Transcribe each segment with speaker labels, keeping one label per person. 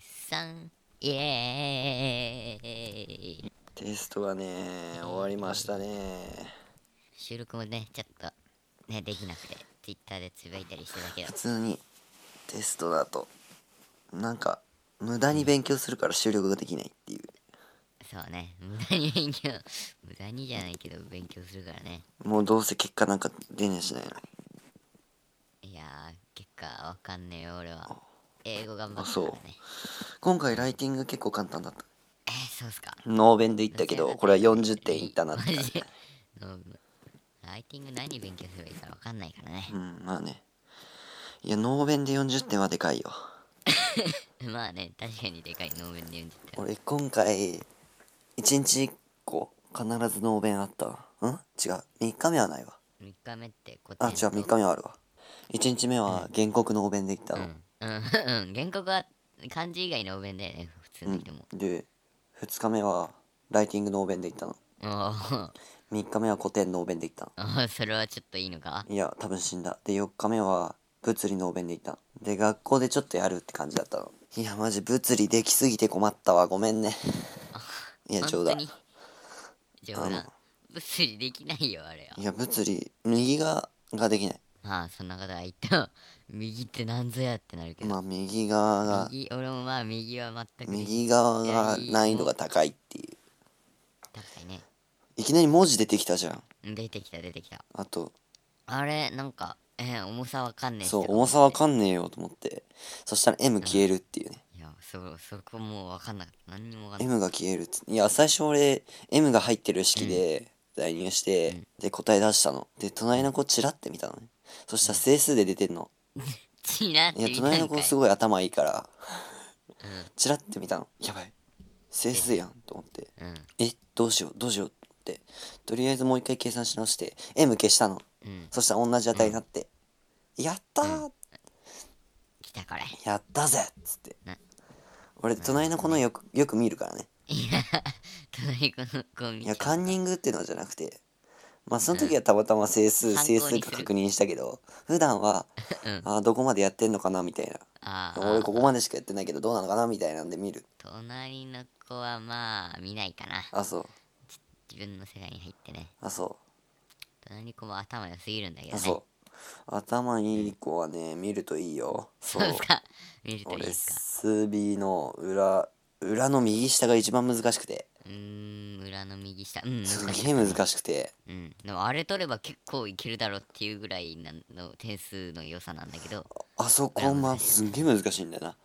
Speaker 1: さんイエーイ
Speaker 2: テストがね、終わりましたね。
Speaker 1: 収録もねちょっとねできなくて Twitter でつぶやいたりしてたけど
Speaker 2: 普通にテストだと、なんか、無駄に勉強するから収録ができないっていう。
Speaker 1: そうね無駄に勉強無駄にじゃないけど勉強するからね
Speaker 2: もうどうせ結果なんか出ねえしないの。
Speaker 1: いやー結果わかんねえよ俺は英語頑張ったからね
Speaker 2: 今回ライティング結構簡単だった。
Speaker 1: えー、そうっすか
Speaker 2: ノーベンで言ったけど、これは40点いったなっ
Speaker 1: マ
Speaker 2: て。
Speaker 1: ジでうんライティング何勉強すればいいかわかんないからね
Speaker 2: うん、まあね。いや、ノーベンで40点はでかいよ。
Speaker 1: まあね確かにでかいノーベルで40点
Speaker 2: 俺今回、1日1個必ずノーベンあったわ。ん違う。3日目はないわ。
Speaker 1: 3日目ってこっち
Speaker 2: あ、違う、3日目はあるわ。1日目は原告のお弁で行った
Speaker 1: う
Speaker 2: の。
Speaker 1: んうんうん原告は漢字以外のお弁だよね普通の人も、
Speaker 2: で、2日目はライティングのお弁で行ったの。
Speaker 1: おー
Speaker 2: 3日目は古典のお弁で行った
Speaker 1: おーそれはちょっといいのか
Speaker 2: の。いや、多分死んだ。で、4日目は物理のお弁で行ったの。で、学校でちょっとやるって感じだったの。いや、マジ物理できすぎて困ったわ。ごめ んね。いや、冗談。
Speaker 1: 本
Speaker 2: い
Speaker 1: 当に冗
Speaker 2: あ
Speaker 1: 談物理できないよあれは
Speaker 2: や、物理、右が、ができない。
Speaker 1: まあそんなことは言っても右ってなんぞやってなるけど、
Speaker 2: まあ、右側が、
Speaker 1: 右俺もまあ右は全くでき
Speaker 2: 右側が難易度が高いっていう。
Speaker 1: 確かにね
Speaker 2: いきなり文字出てきたじゃん。
Speaker 1: 出てきた出てきた
Speaker 2: あと、
Speaker 1: あれなんかえー重さわかんねえ
Speaker 2: そう、重さわ
Speaker 1: ん
Speaker 2: かんねえよと思って。そしたら M 消えるっていうね。
Speaker 1: いやそうそこもうわかんなかった何にもわかんなか
Speaker 2: M が消えるっついや、最初俺、M が入ってる式で代入して、で、答え出したの。で、隣の子チラって見たのね。そしたら整数で出てんの。
Speaker 1: ったちなって
Speaker 2: いや、
Speaker 1: 見たんか
Speaker 2: 隣
Speaker 1: い
Speaker 2: の子すごい頭いいから、チラって見たの。やばい。整数やんと思って。
Speaker 1: うん
Speaker 2: え、どうしよう、どうしようって。とりあえずもう一回計算し直して、M 消したの。
Speaker 1: うん
Speaker 2: そしたら同じ値になって、やったー、
Speaker 1: 来たこれ
Speaker 2: やったぜっつって
Speaker 1: ね。
Speaker 2: 俺、隣の子のよく、よく見るからね。
Speaker 1: いや、隣この子見
Speaker 2: い
Speaker 1: ちゃ
Speaker 2: や
Speaker 1: う
Speaker 2: カンニングっていうのじゃなくてまあその時はたまたま整数
Speaker 1: 参考
Speaker 2: 整
Speaker 1: に
Speaker 2: 数
Speaker 1: す
Speaker 2: か
Speaker 1: る
Speaker 2: 確認したけど普段は、
Speaker 1: うん
Speaker 2: あーどこまでやってんのかなみたいな
Speaker 1: ああ
Speaker 2: 俺ここまでしかやってないけどどうなのかなみたいなんで見る
Speaker 1: 隣の子はまあ見ないかな。
Speaker 2: あそう
Speaker 1: 自分の世界に入ってね。
Speaker 2: あそ
Speaker 1: 隣の子も頭良すぎるんだけ
Speaker 2: う
Speaker 1: ど
Speaker 2: あ
Speaker 1: ね。
Speaker 2: そう頭いい子はね見るといいよそ
Speaker 1: そう
Speaker 2: う
Speaker 1: ですか。見るといい
Speaker 2: 俺
Speaker 1: ですか。
Speaker 2: 数 B の裏裏の右下が一番難しくて
Speaker 1: うーん、裏の右下。うん、
Speaker 2: す
Speaker 1: 難しい
Speaker 2: げえ難しくて
Speaker 1: うん。でもあれ取れば結構いけるだろうっていうぐらいなの点数の良さなんだけど、
Speaker 2: あそこま
Speaker 1: そ
Speaker 2: すんげえ難しいんだよな、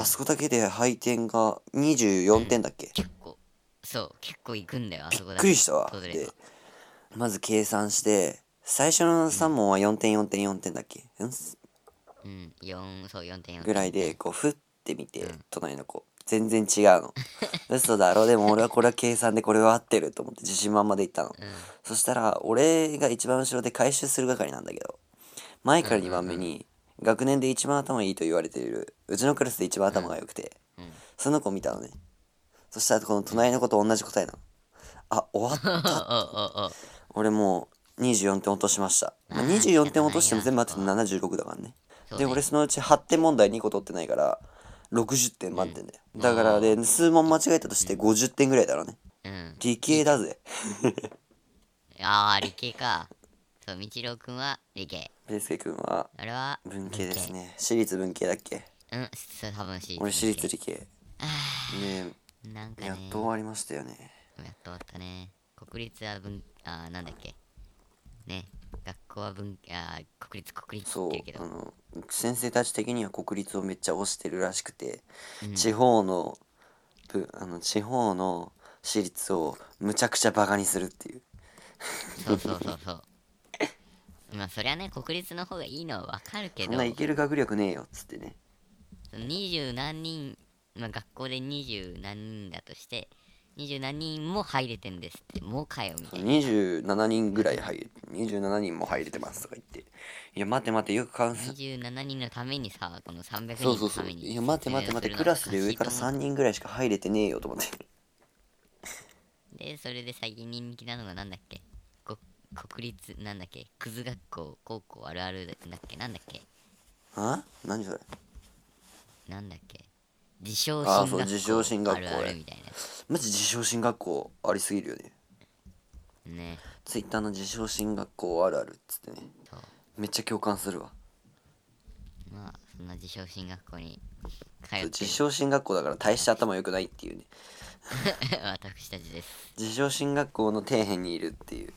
Speaker 2: あそこだけで配点が24点だっけ、
Speaker 1: 結構、そう、結構いくんだよ、あそこ
Speaker 2: びっ
Speaker 1: だ
Speaker 2: くりしたわ
Speaker 1: 取れ
Speaker 2: で
Speaker 1: ば
Speaker 2: まず計算して最初の3問は4点4点4点だっけ、ん、
Speaker 1: うん、4、そう、4.4。
Speaker 2: ぐらいでこうふって見て、隣の子全然違うの嘘だろでも俺はこれは計算でこれは合ってると思って自信満々で行ったの、そしたら俺が一番後ろで回収する係なんだけど前から2番目に学年で一番頭いいと言われているうちのクラスで一番頭が良くて、その子見たのねそしたらこの隣の子と同じ答えなのあ終わった
Speaker 1: おおおお
Speaker 2: 俺もう24点落としました、まあ、24点落としても全部あって76だからね
Speaker 1: そうね
Speaker 2: で俺そのうち8点問題2個取ってないから60点満点だよ、だからで数問間違えたとして50点ぐらいだろうね
Speaker 1: うん。
Speaker 2: 理系だぜ
Speaker 1: ああ、理系か。そう、みちろうくんは理系。
Speaker 2: 大輔君は
Speaker 1: 俺は
Speaker 2: 文系ですね私立文系だっけ
Speaker 1: うん、そう、多分私立。
Speaker 2: 俺私立理系ね
Speaker 1: なんかね、や
Speaker 2: やっ
Speaker 1: っ
Speaker 2: と
Speaker 1: と
Speaker 2: 終わりましたよね
Speaker 1: 終わったね。国立は文、あーなんだっけ。ね、学校は文、あー国立、国立
Speaker 2: そ
Speaker 1: っ
Speaker 2: う
Speaker 1: て言うけど。
Speaker 2: あの先生たち的には国立をめっちゃ推してるらしくて、地方のぶあの地方の私立をむちゃくちゃバカにするっていう
Speaker 1: そうそうそうそう。 まあ、そりゃね、国立の方がいいのはわかるけ
Speaker 2: そん
Speaker 1: ど
Speaker 2: な、いける学力ねえよっつってね
Speaker 1: 二十何人、まあ、学校で二十何人だとして、二十何人も入れてんですって、もうかよ、みたいな。
Speaker 2: 27人ぐらい入れ27人も入れてますとか言っていや待て待てよく考え
Speaker 1: 27人のためにさ、この300人
Speaker 2: そうそ
Speaker 1: の
Speaker 2: うそ
Speaker 1: た
Speaker 2: う
Speaker 1: めに。
Speaker 2: いや待て待て待てクラスで上から3人ぐらいしか入れてねえよと思って
Speaker 1: で、それで最近人気なのがなんだっけこ国立、なんだっけクズ学校、高校あるあるだっけなんだっけ
Speaker 2: あ何それ
Speaker 1: なんだっけ自称
Speaker 2: あー
Speaker 1: 進
Speaker 2: そう
Speaker 1: 学校
Speaker 2: 自称進学校
Speaker 1: あるあるみたい
Speaker 2: マジ自称進学校ありすぎるよね
Speaker 1: なね
Speaker 2: ツイッターの自称進学校あるあるっつってね
Speaker 1: と
Speaker 2: めっちゃ共感するわ
Speaker 1: まあそんな自称進学校に通ってる
Speaker 2: 自称進学校だから大して頭良くないっていうね
Speaker 1: 私たちです
Speaker 2: 自称進学校の底辺にいるっていう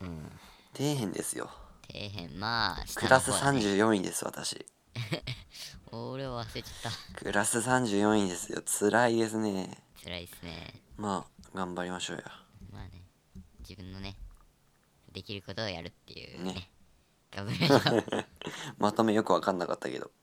Speaker 1: うん
Speaker 2: 底辺ですよ
Speaker 1: 底辺まあ下
Speaker 2: ク
Speaker 1: の
Speaker 2: ラス
Speaker 1: 方だね
Speaker 2: 34位です私
Speaker 1: 俺を忘れちゃっ
Speaker 2: クラス34位ですよ辛いですね
Speaker 1: た辛いっすね
Speaker 2: まあ頑張りましょうよ
Speaker 1: まあね自分のねできることをやるっていうね
Speaker 2: ね
Speaker 1: 頑張りましょう
Speaker 2: まとめよく分かんなかったけど